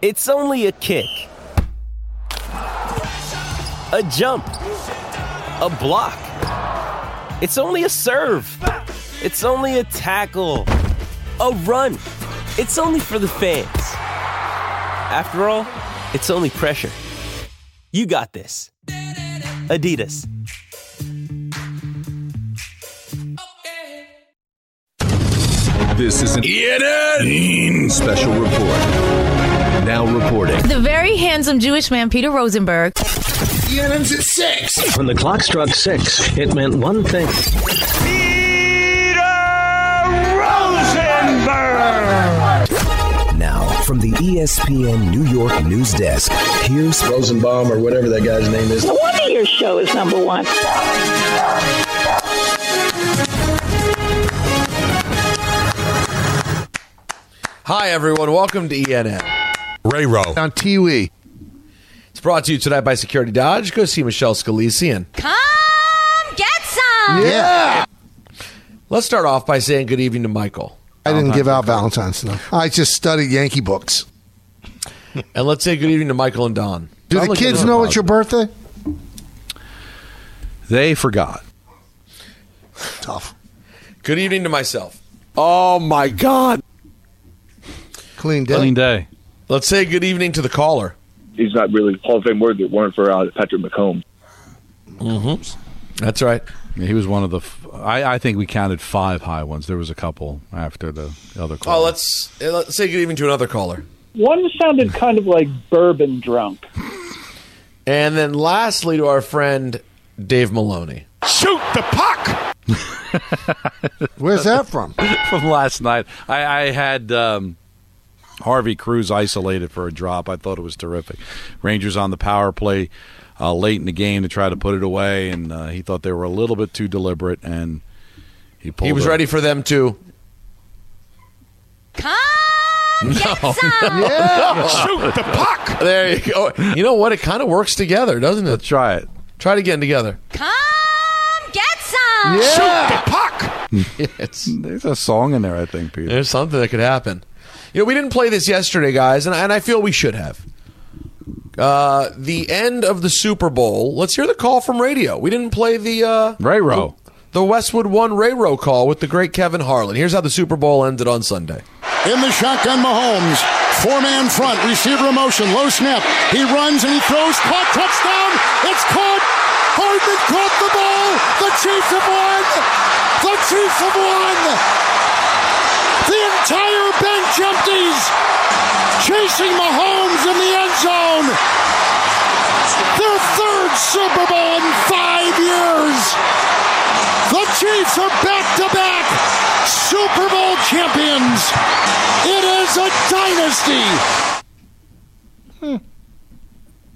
It's only a kick, a jump, a block. It's only a serve. It's only a tackle, a run. It's only for the fans. After all, it's only pressure. You got this. Adidas. This is an Eden special report. Now reporting. The very handsome Jewish man, Peter Rosenberg. Eden's at six. When the clock struck six, it meant one thing. Now, from the E ESPN New York news desk, here's Rosenbaum or whatever that guy's name is. No wonder your show is number one. Hi, everyone. Welcome to E ENN. Ray Row. On E. Tiwi. It's brought to you tonight by Security Dodge. Go see Michelle Scalesian. Come get some. Yeah. Let's start off by saying good evening to Michael. I didn't give out Valentine's enough. I just studied Yankee books. And let's say good evening to Michael and Don. Do the kids know it's your birthday? They forgot. Tough. Good evening to myself. Oh my God. Clean day. Clean day. Let's say good evening to the caller. he's not really Hall of Fame worthy if it weren't for uh, Patrick McComb. Mm-hmm. That's right. Yeah, he was one of the. F- I, I think we counted five high ones. There was a couple after the other. Oh, caller. let's eh, let's say good evening to another caller. One sounded kind of like bourbon drunk. And then lastly to our friend Dave Maloney. Shoot the puck. Where's that from? from last night. I, I had um, Harvey Cruz isolated for a drop. I thought it was terrific. Rangers on the power play uh, late in the game to try to put it away, and uh, he thought they were a little bit too deliberate, and he pulled. He was a- ready for them to Come get some. Shoot the puck. There you go. You know what? It kind of works together, doesn't it? Try it. Try it again together. Come get some. Shoot the puck. It's There's a song in there, I think, Peter. There's something that could happen. You know, we didn't play this yesterday, guys, and, and I feel we should have. Uh, the end of the Super Bowl. Let's hear the call from radio. We didn't play the uh, Ray Row. the Westwood One Ray Row call with the great Kevin Harlan. Here's how the Super Bowl ended on Sunday. In the shotgun, Mahomes. Four man front, receiver motion, low snap. He runs and he throws. Caught, touchdown. It's caught. Hardman caught the ball. The Chiefs have won. The Chiefs have won. The entire bench empties. Chasing Mahomes in the end zone. Their third Super Bowl in five years. The Chiefs are back to back Super Bowl champions. It is a dynasty.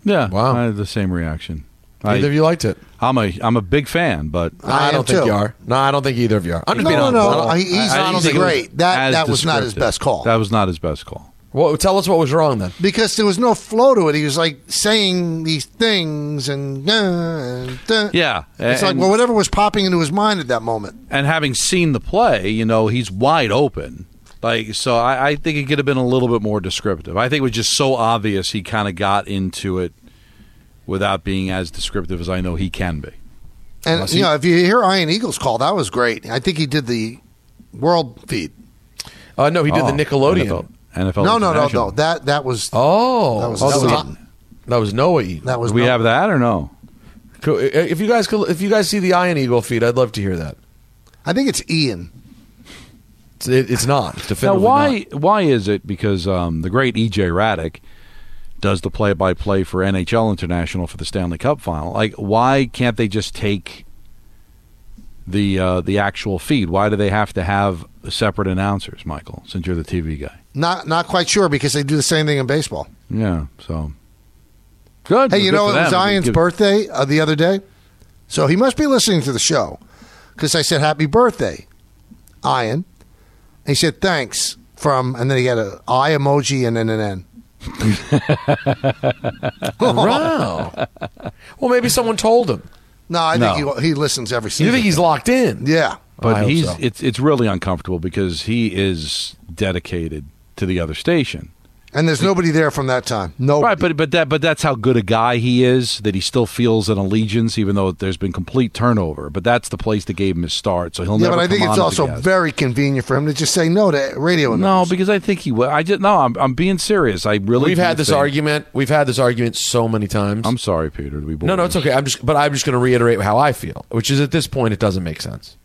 Yeah. Wow. I had the same reaction. Either of I, you liked it? I'm a I'm a big fan, but I am don't think too. you are. No, I don't think either of you are. I'm just No, being no, honest. no. I He- don't- He's I- I not didn't think it great. that as that was not his descriptive. best call. That was not his best call. Well, tell us what was wrong then. because there was no flow to it. He was like saying these things and, uh, and uh. Yeah, It's like and- well, whatever was popping into his mind at that moment. and having seen the play, you know, he's wide open. Like so, I, I think it could have been a little bit more descriptive. I think it was just so obvious he kind of got into it without being as descriptive as I know he can be. And you know, if you hear Ian Eagles call, that was great. I think he did the world feed. Uh, no, he did Oh, Oh, the Nickelodeon. NFL, NFL no, no, no, International. no. That that was Oh, That was Oh, Noah that, was, Eaton. that was Noah Eaton. that was Do we no- have that or no? Cool. Uh, If you guys could, if you guys see the Iron Eagle feed, I'd love to hear that. I think it's Ian. It's, it, it's not. It's Now, definitively not. why why is it? Because um, the great EJ Raddick does the play by play for NHL International for the Stanley Cup Final. Like, why can't they just take the uh, the actual feed? Why do they have to have separate announcers, Michael? Since you're the TV guy, Not not quite sure because they do the same thing in baseball. yeah. So good. Hey, you Good know for it was them. Ian's Give- birthday uh, the other day, so he must be listening to the show because I said happy birthday, Ian. And he said thanks from, and then he had an eye emoji and then an N. Wow. well, maybe someone told him. No, I No. think he, he listens every season. You think he's locked in? yeah. I But hope he's so. it's it's really uncomfortable because he is dedicated to the other station, And there's nobody there from that time. No. Right, but but that but that's how good a guy he is that he still feels an allegiance even though there's been complete turnover. But that's the place that gave him his start, so he'll Yeah, never. but I think come it's on as a also guest. very convenient for him to just say no to radio. no because I think he will. I just no. I'm I'm being serious. I really. We've do had this think- argument. We've had this argument so many times. I'm sorry, Peter. To be no, no, it's okay. I'm just, but I'm just going to reiterate how I feel, which is at this point it doesn't make sense.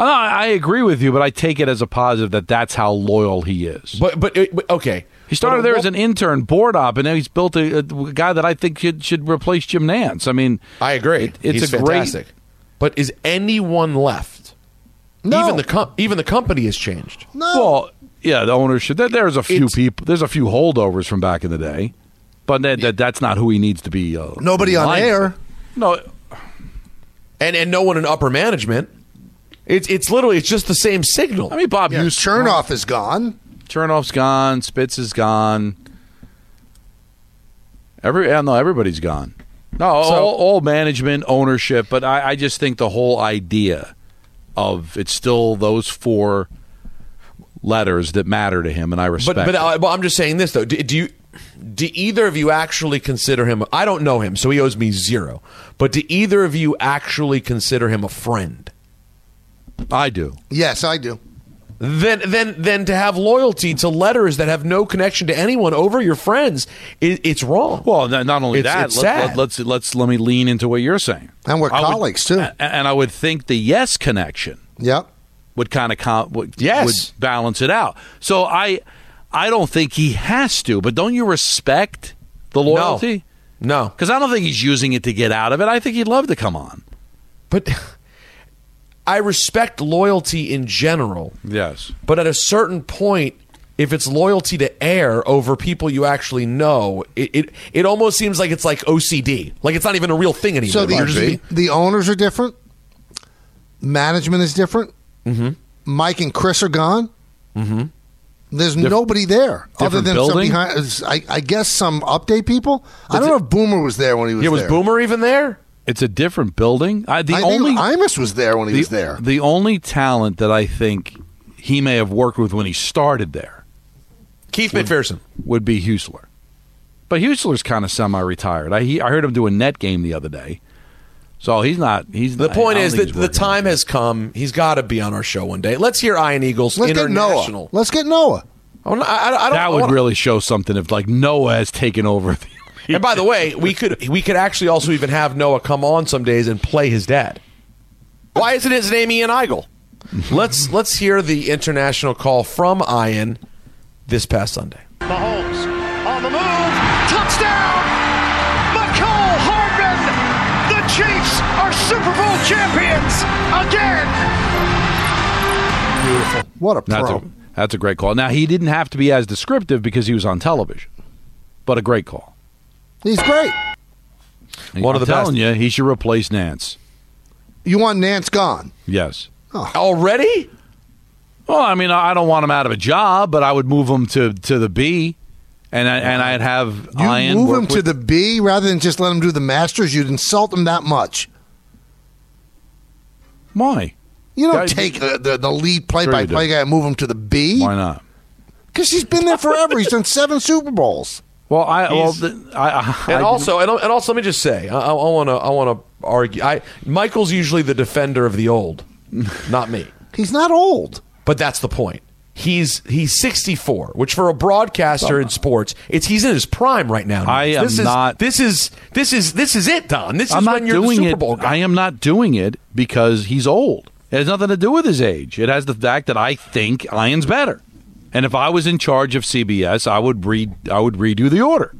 I, know, I agree with you, but I take it as a positive that that's how loyal he is. But but, but okay, he started But there what- as an intern, board op, and now he's built a, a guy that I think should should replace Jim Nance. I mean, I agree. it's He's a fantastic. great. But is anyone left? No. Even the com- even the company has changed. Well, Um, yeah, the ownership. There, there's a few people. There's a few holdovers from back in the day, but that, that that's not who he needs to be. Uh, Nobody on aligned air. with. No. And and no one in upper management. It's it's literally it's just the same signal. I mean, Bob Yeah, Hughes. Chernoff is gone. Chernoff's gone. Spitz is gone. Every I know everybody's gone. No, all, all management, ownership, but I, I just think the whole idea of it's still those four letters that matter to him, and I But respect. but, uh, it. I, but I'm just saying this though. Do, do you do either of you actually consider him? I don't know him, so he owes me zero. But do either of you actually consider him a friend? I do. Yes, I do. Then then then to have loyalty to letters that have no connection to anyone over your friends, it, it's wrong. Well, no- not only It's- that, it's sad. let, us let's let me lean into what you're saying. And we're I would- colleagues, too. a- And I would think the yes connection Yep. would kind of com- would, Yes. would balance it out. So I I don't think he has to, but don't you respect the loyalty? No. Because I don't think he's using it to get out of it. I think he'd love to come on. But I respect loyalty in general. Yes. But at a certain point, if it's loyalty to air over people you actually know, it, it, it almost seems like it's like OCD. Like it's not even a real thing anymore. So You're just- the, the owners are different. Management is different. Mm-hmm. Mike and Chris are gone. Mm-hmm. There's nobody there other different than some building? behind. I, I guess some update people. I don't know if Boomer was there when he was. Yeah, was there. Boomer even there? It's a different building. I, the I only think Imus was there when he the, was there. the only talent that I think he may have worked with when he started there Keith McPherson. would be Huesler. But Huesler's kind of semi-retired. I he, I heard him do a net game the other day, so he's not. He's The not- point I don't is think that he's the working. time has come. He's got to be on our show one day. Let's hear Iron Eagles Let's get Noah. International. Oh, Let's get Noah. I don't- I- I don't- I that would don't- really show something if like Noah has taken over. The, And by the way, we could we could actually also even have Noah come on some days and play his dad. Why isn't his name Ian Eigel? Let's let's hear the international call from Ian this past Sunday. Mahomes on the move. Touchdown. McCall Hardman. The Chiefs are Super Bowl champions again. Beautiful. What a pro. that's, a, that's a great call. Now he didn't have to be as descriptive because he was on television, but a great call. He's great. One of the I'm telling you, he should replace Nance. You want Nance gone? Yes. Oh. Already? Well, I mean, I I don't want him out of a job, but I would move him to to the B, and I, and I'd have You Ian move work him to with- the B rather than just let him do the Masters. You'd insult him that much. why? You Yeah, don't take the, the, the lead play-by-play guy and move him to the B Why not? because he's been there forever. he's done seven Super Bowls. Well, I well, He's- the, I, I I And didn't- also, and, and also, let me just say, I want to I want to argue. I Michael's usually the defender of the old, not me. He's not old. But that's the point. He's he's 64, which for a broadcaster in sports, it's he's in his prime right now. I am this is, not- This is this is this is it, Don. This I'm is not when you're the doing Super it. Bowl guy. I am not doing it because he's old. It has nothing to do with his age. It has the fact that I think Ian's better. And if I was in charge of CBS, I would read. I would redo the order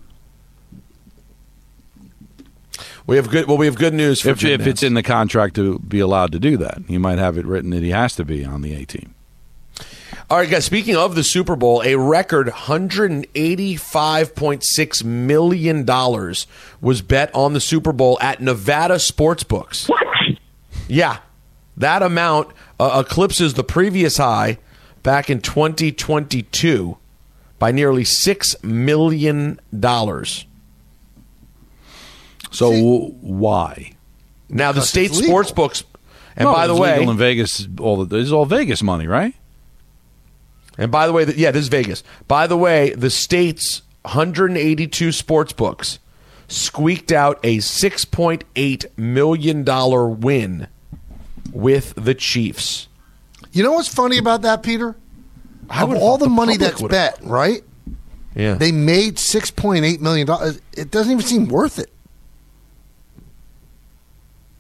We have good. Well, we have good news for if, Jim if it's Nance. in the contract to be allowed to do that. He might have it written that he has to be on the A team. All right, guys. Speaking of the Super Bowl, a record 185.6 million dollars was bet on the Super Bowl at Nevada sports books. What? Yeah, that amount uh, eclipses the previous high back in 2022 by nearly six million dollars. So w why? Now, the state it's legal. sports books, and No, by it's the way, legal in Vegas, all the, this is all Vegas money, right? And by the way, the, yeah, this is Vegas. By the way, the state's 182 sports books squeaked out a 6.8 million dollar win with the Chiefs. You know what's funny about that, Peter? I Of would've all thought the, the money public that's would've- bet, right? Yeah. They made six point eight million dollars. It doesn't even seem worth it.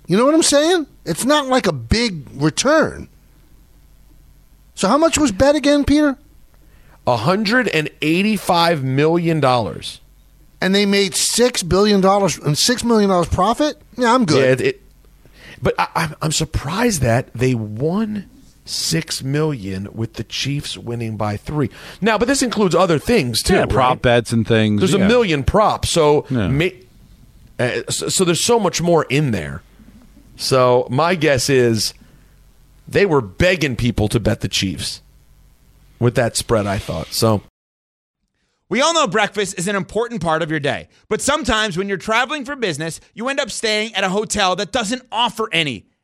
You know what I'm saying? It's not like a big return. So how much was bet again, Peter? 185 million dollars. And they made six billion dollars and six million dollars profit? Yeah, I'm good. Yeah, it, it- but I, I'm, I'm surprised that they won six million with the Chiefs winning by three. Now, but this includes other things too. yeah, prop right? bets and things. There's yeah. a million props, so, Yeah. ma- uh, so so there's so much more in there. So my guess is they were begging people to bet the Chiefs with that spread. I thought so. We all know breakfast is an important part of your day, but sometimes when you're traveling for business, you end up staying at a hotel that doesn't offer any.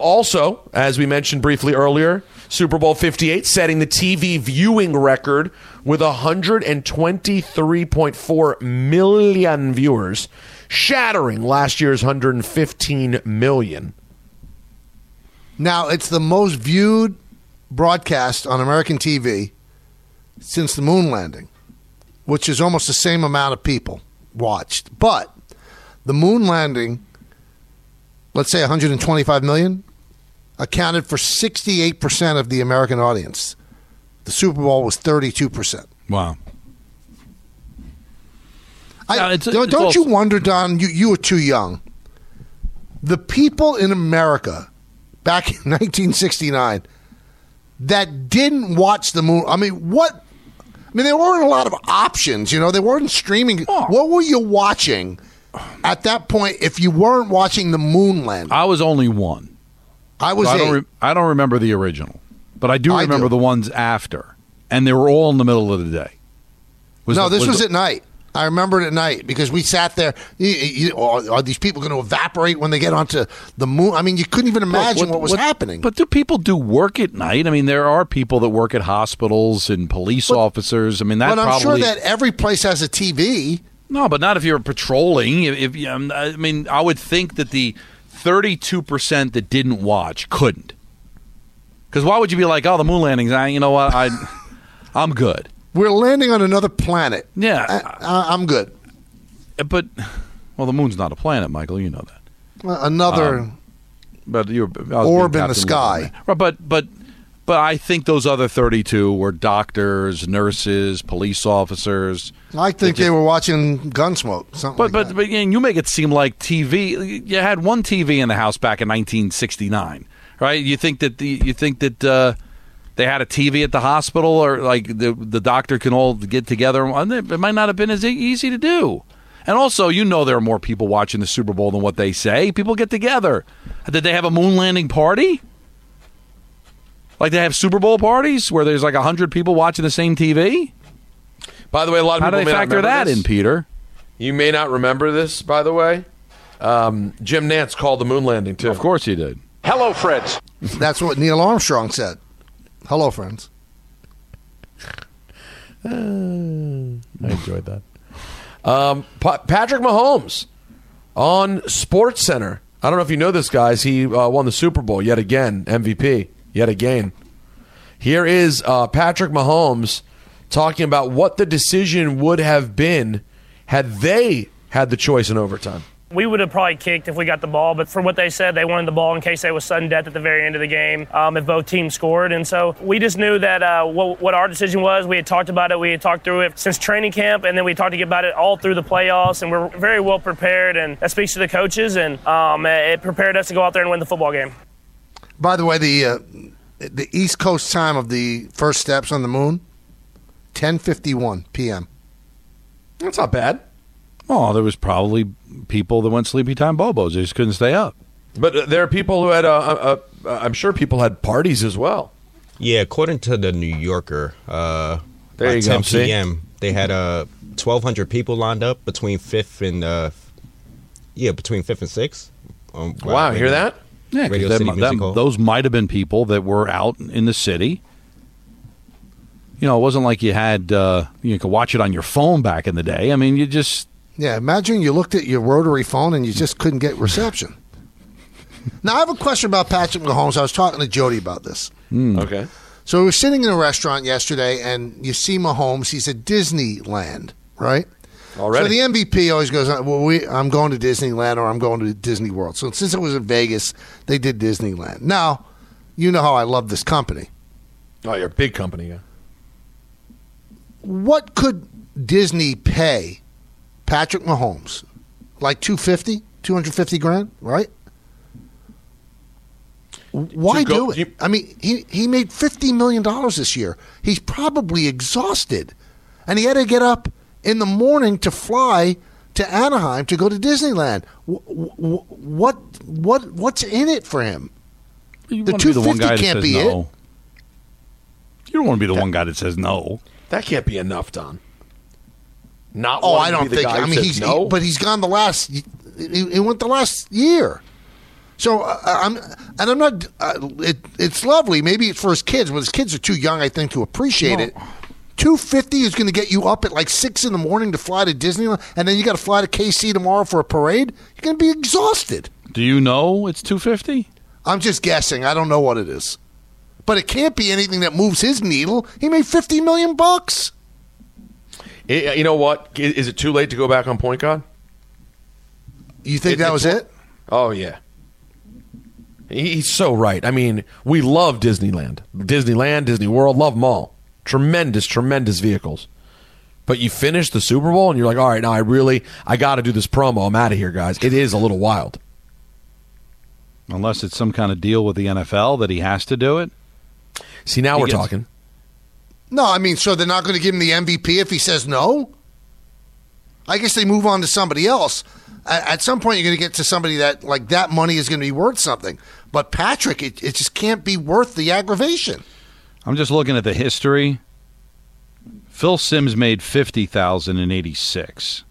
Also, as we mentioned briefly earlier, Super Bowl 58 setting the TV viewing record with 123.4 million viewers, shattering last year's 115 million. Now it's the most viewed broadcast on American TV since the moon landing, which is almost the same amount of people watched. But the moon landing, let's say 125 million, accounted for 68% of the American audience. The Super Bowl was 32%. Wow. I, it's- don't it's don't also- you wonder, Don? You you were too young. The people in America back in 1969 that didn't watch the moon. I mean, what? I mean, there weren't a lot of options. You know, there weren't streaming. Oh. What were you watching at that point if you weren't watching the moon landing? I was only one. I was So I eight. don't, re- I don't remember the original, but I do I remember do. the ones after, and they were all in the middle of the day. no, this was, the- at night. I remember it at night because we sat there. You, you, are, are these people going to evaporate when they get onto the moon? I mean, you couldn't even imagine what, was happening. But do people do work at night? I mean, there are people that work at hospitals and police officers. I mean, that but I'm probably. sure that every place has a TV. no, but not if you're patrolling. If, if you- um, I mean, I would think that the 32 percent that didn't watch couldn't. Because why would you be like, oh, the moon landings? I, you know what? I, I'm good. We're landing on another planet. Yeah, I, I'm good. But well, the moon's not a planet, Michael. You know that. Well, Uh, Another. Um, but you were, I was orb being in Captain the sky. Luke on that. Right, but but but I think those other thirty-two were doctors, nurses, police officers. I think they were watching Gunsmoke. Something. But but but again, you make it seem like TV. You had one TV in the house back in 1969, right? You think that the, you think that uh, they had a TV at the hospital, or like the the doctor can all get together. And It it might not have been as e- easy to do. And also, you know, there are more people watching the Super Bowl than what they say. People get together. Did they have a moon landing party? Like they have Super Bowl parties where there's like hundred people watching the same TV. By the way, a lot of How do people they may not factor remember that this. in, Peter? You may not remember this, by the way. Um, Jim Nance called the moon landing too. Of course he did. Hello, friends. but that's what Neil Armstrong said. Hello, friends. I enjoyed that. Um, pa- Patrick Mahomes on Sports Center. I don't know if you know this, guys. He uh, won the Super Bowl yet again, MVP yet again. Here is uh, Patrick Mahomes talking about what the decision would have been had they had the choice in overtime. We would have probably kicked if we got the ball, but for what they said, they wanted the ball in case there was sudden death at the very end of the game um, if both teams scored. And so we just knew that uh, what, what our decision was. We had talked about it. We had talked through it since training camp, and then we talked about it all through the playoffs. And we're very well prepared, and that speaks to the coaches, and um, it prepared us to go out there and win the football game. By the way, the uh, the East Coast time of the first steps on the moon, 10:51 p.m. That's not bad. Well, there was probably people that went sleepy time bobos. They just couldn't stay up. But uh, there are people who had, uh, uh, uh, I'm sure people had parties as well. Yeah, according to the New Yorker, uh, There by you go, 10 see? p.m., they had uh, 1,200 people lined up between 5th and, uh, yeah, between 5th and 6th. Um, Wow, hear that? Yeah, 'cause Radio that- City that- Music Hall. those might have been people that were out in the city. You know, it wasn't like you had uh, you could watch it on your phone back in the day. I mean, you just Yeah, imagine you looked at your rotary phone and you just couldn't get reception. now I have a question about Patrick Mahomes. I was talking to Jody about this. Hmm. Okay. So we were sitting in a restaurant yesterday, and you see Mahomes. He's at Disneyland, right? Already. So the MVP always goes, "Uh, "Well, we, I'm going to Disneyland or I'm going to Disney World." So since it was in Vegas, they did Disneyland. Now, you know how I love this company. Oh, you're a big company, yeah. What could Disney pay Patrick Mahomes? Like 250, 250 grand, right? To Why go- do it? I mean, he, he made $50 million this year. He's probably exhausted. And he had to get up in the morning to fly to Anaheim to go to Disneyland. Wh- wh- What, what, what's in it for him? you the wanna be the one 250 guy that can't says be it. no. You don't want to be the one guy that says no. That can't be enough, Don. Not Oh, wanting I to don't be the think. guy who I mean, says he's no. he- but he's gone the last. He, he went the last year. So uh, I'm, and I'm not. Uh, it, it's lovely. Maybe it's for his kids, but his kids are too young, I think, to appreciate it. Two fifty is going to get you up at like six in the morning to fly to Disneyland, and then you got to fly to KC tomorrow for a parade. You're going to be exhausted. Do you know it's two fifty? I'm just guessing. I don't know what it is, but it can't be anything that moves his needle. He made fifty million bucks. I- Eh, you know what? I- Is it too late to go back on point guard? You think that was it? Oh yeah. He- He's so right. I mean, we love Disneyland, Disneyland, Disney World, love them all. Tremendous, tremendous vehicles. But you finish the Super Bowl and you're like, all right, now I really, I got to do this promo. I'm out of here, guys. It is a little wild. Unless it's some kind of deal with the NFL that he has to do it. See, now He we're gets- talking. No, I mean, so they're not going to give him the MVP if he says no? I guess they move on to somebody else. A- At some point, you're going to get to somebody that, like, that money is going to be worth something. But Patrick, it, it just can't be worth the aggravation. I'm just looking at the history. Phil Sims made fifty thousand and eighty six.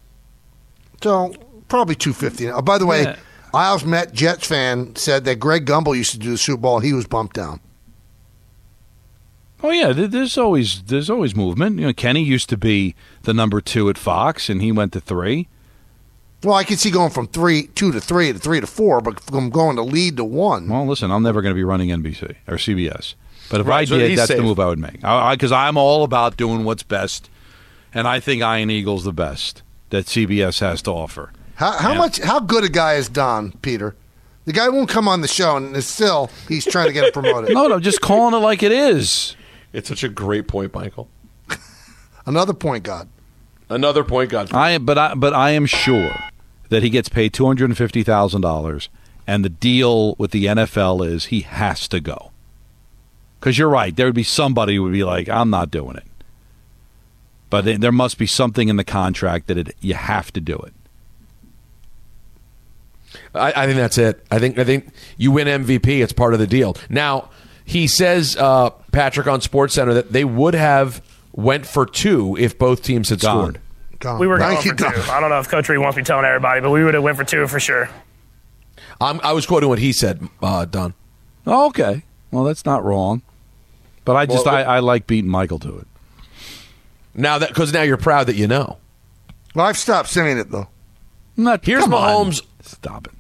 So, probably 250. Oh, by the way, Yeah. Isles Met Jets fan said that Greg Gumbel used to do the Super Bowl. He was bumped down. Oh yeah, th- there's always there's always movement. You know, Kenny used to be the number two at Fox, and he went to three. Well, I could see going from three, two to three to three to four, but from going to lead to one. Well, listen, I'm never going to be running NBC or CBS, but if I Right, so did, he's that's safe. the move I would make. Because I, am all about doing what's best, and I think Iron Eagle's the best that CBS has to offer. How, how much? How good a guy is Don Peter? The guy won't come on the show, and it's still he's trying to get it promoted. No, I'm just calling it like it is. It's such a great point, Michael. Another point guard. Another point guard. I but I but I am sure that he gets paid two hundred and fifty thousand dollars, and the deal with the NFL is he has to go. Because you're right, there would be somebody who would be like, "I'm not doing it," but th- there must be something in the contract that it, you have to do it. I, I think that's it. I think I think you win MVP. It's part of the deal. Now he says uh, Patrick on Sports Center that they would have went for two if both teams had scored. Gone. We were going Thank for you, two. Don. I don't know if Coach Reed wants me telling everybody, but we would have went for two for sure. I'm, I was quoting what he said, uh, Don. Oh, okay, well that's not wrong, but I just Well, I, I like beating Michael to it. Now that because now you're proud that you know. Well, I've stopped saying it though. Not, here's come on. Mahomes. Stop it.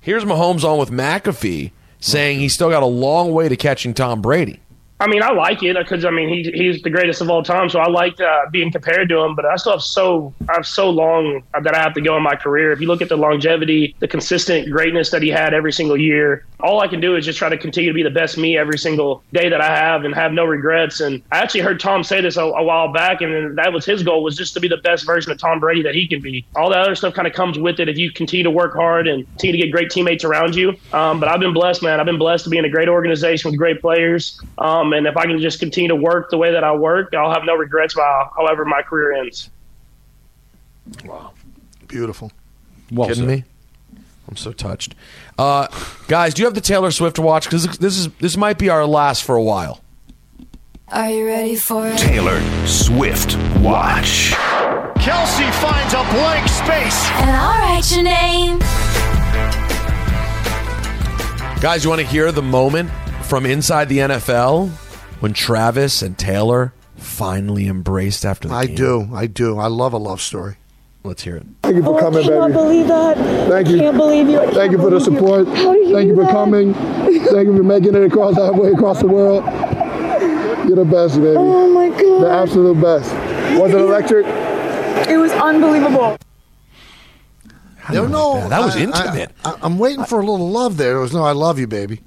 Here's Mahomes on with McAfee saying he's still got a long way to catching Tom Brady. I mean, I like it because I mean he, he's the greatest of all time, so I like uh, being compared to him. But I still have so I have so long uh, that I have to go in my career. If you look at the longevity, the consistent greatness that he had every single year, all I can do is just try to continue to be the best me every single day that I have and have no regrets. And I actually heard Tom say this a, a while back, and then that was his goal was just to be the best version of Tom Brady that he can be. All that other stuff kind of comes with it if you continue to work hard and continue to get great teammates around you. Um, but I've been blessed, man. I've been blessed to be in a great organization with great players. Um, and if I can just continue to work the way that I work, I'll have no regrets by however my career ends. Beautiful. Well Kidding me? I'm so touched. Uh, guys, do you have the Taylor Swift to watch? Because this is this might be our last for a while. Are you ready for it? Taylor Swift Watch. Kelsey finds a blank space. And I'll write your name. Guys, you want to hear the moment from inside the NFL when Travis and Taylor finally embraced after the I game? do. I do. I love a love story. Let's hear it. Oh, Thank you for coming, baby. I can't believe that. Thank you. I can't believe you. Thank you for the support. Thank you for coming. Thank you for making it across that way across the world. You're the best, baby. Oh my god. The absolute best. Was it electric? It was unbelievable. I don't know. That was I- I- intimate. I, am waiting for a little love there. It was no, I love you, baby.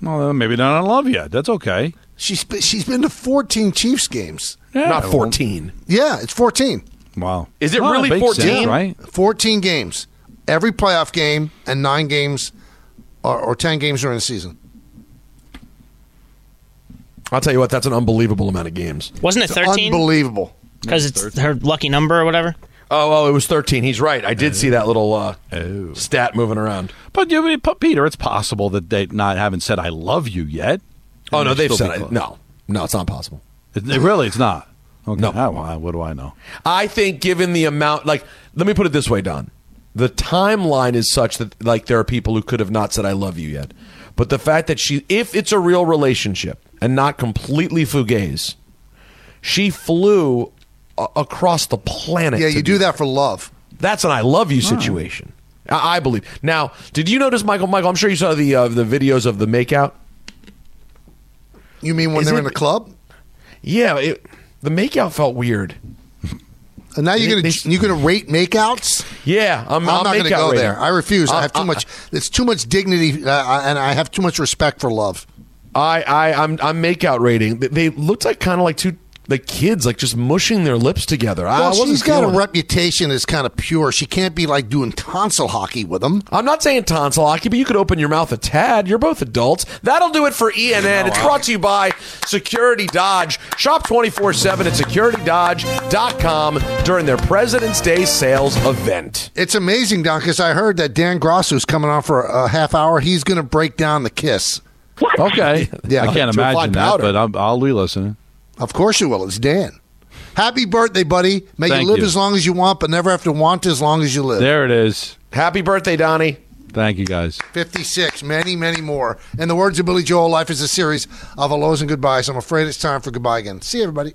Well, then maybe not. I love you. That's okay. She's been- she's been to 14 Chiefs games. Not 14. Yeah, it's 14. Wow. Is it Oh, really makes sense, 14? right? 14 games. Every playoff game and nine games or, or 10 games during the season. I'll tell you what, that's an unbelievable amount of games. Wasn't it It's 13? Unbelievable. Because it's her lucky number or whatever. Oh, oh, it was 13. He's right. I did see that little uh, stat moving around. But, you know, but Peter, it's possible that they not haven't said "I love you" yet. Oh, And no, they'd they've still said be it. close. No, no, it's not possible. It- it really, it's not. Okay. No, what do I know? I think given the amount, like, let me put it this way, Don. The timeline is such that, like, there are people who could have not said, I love you yet. But the fact that she, if it's a real relationship and not completely fugaze, she flew a- across the planet. Yeah, to you do that for love. That's an I love you situation. I, I believe. Now, did you notice, Michael? Michael, I'm sure you saw the uh, the videos of the makeout. You mean when Is they're it- in the club? Yeah, it, the makeout felt weird. And now you're gonna you're gonna rate makeouts? Yeah, I'm, I'm, not gonna makeout go rating. Uh, there. I refuse. I I'm- have too much. It's too much dignity, uh, I- and I have too much respect for love. I, I, I'm, I'm makeout rating. They, they looked like kind of like two like kids, like just mushing their lips together. I Well, wasn't she's got a feeling it. reputation as kind of pure. She can't be like doing tonsil hockey with them. I'm not saying tonsil hockey, but you could open your mouth a tad. You're both adults. That'll do it for ENN. It's brought to you by Security Dodge. Shop 24 7 at securitydodge.com during their President's Day sales event. It's amazing, Don, because I heard that Dan Grosso's coming on for a half hour. He's going to break down the kiss. Okay. Yeah, I can't to apply imagine that, powder. but I'm, I'll be listening. Of course you will. It's Dan. Happy birthday, buddy. May Thank you live you. as long as you want, but never have to want as long as you live. There it is. Happy birthday, Donnie. Thank you, guys. 56, many, many more. In the words of Billy Joel, life is a series of hellos and goodbyes. I'm afraid it's time for goodbye again. See you, everybody.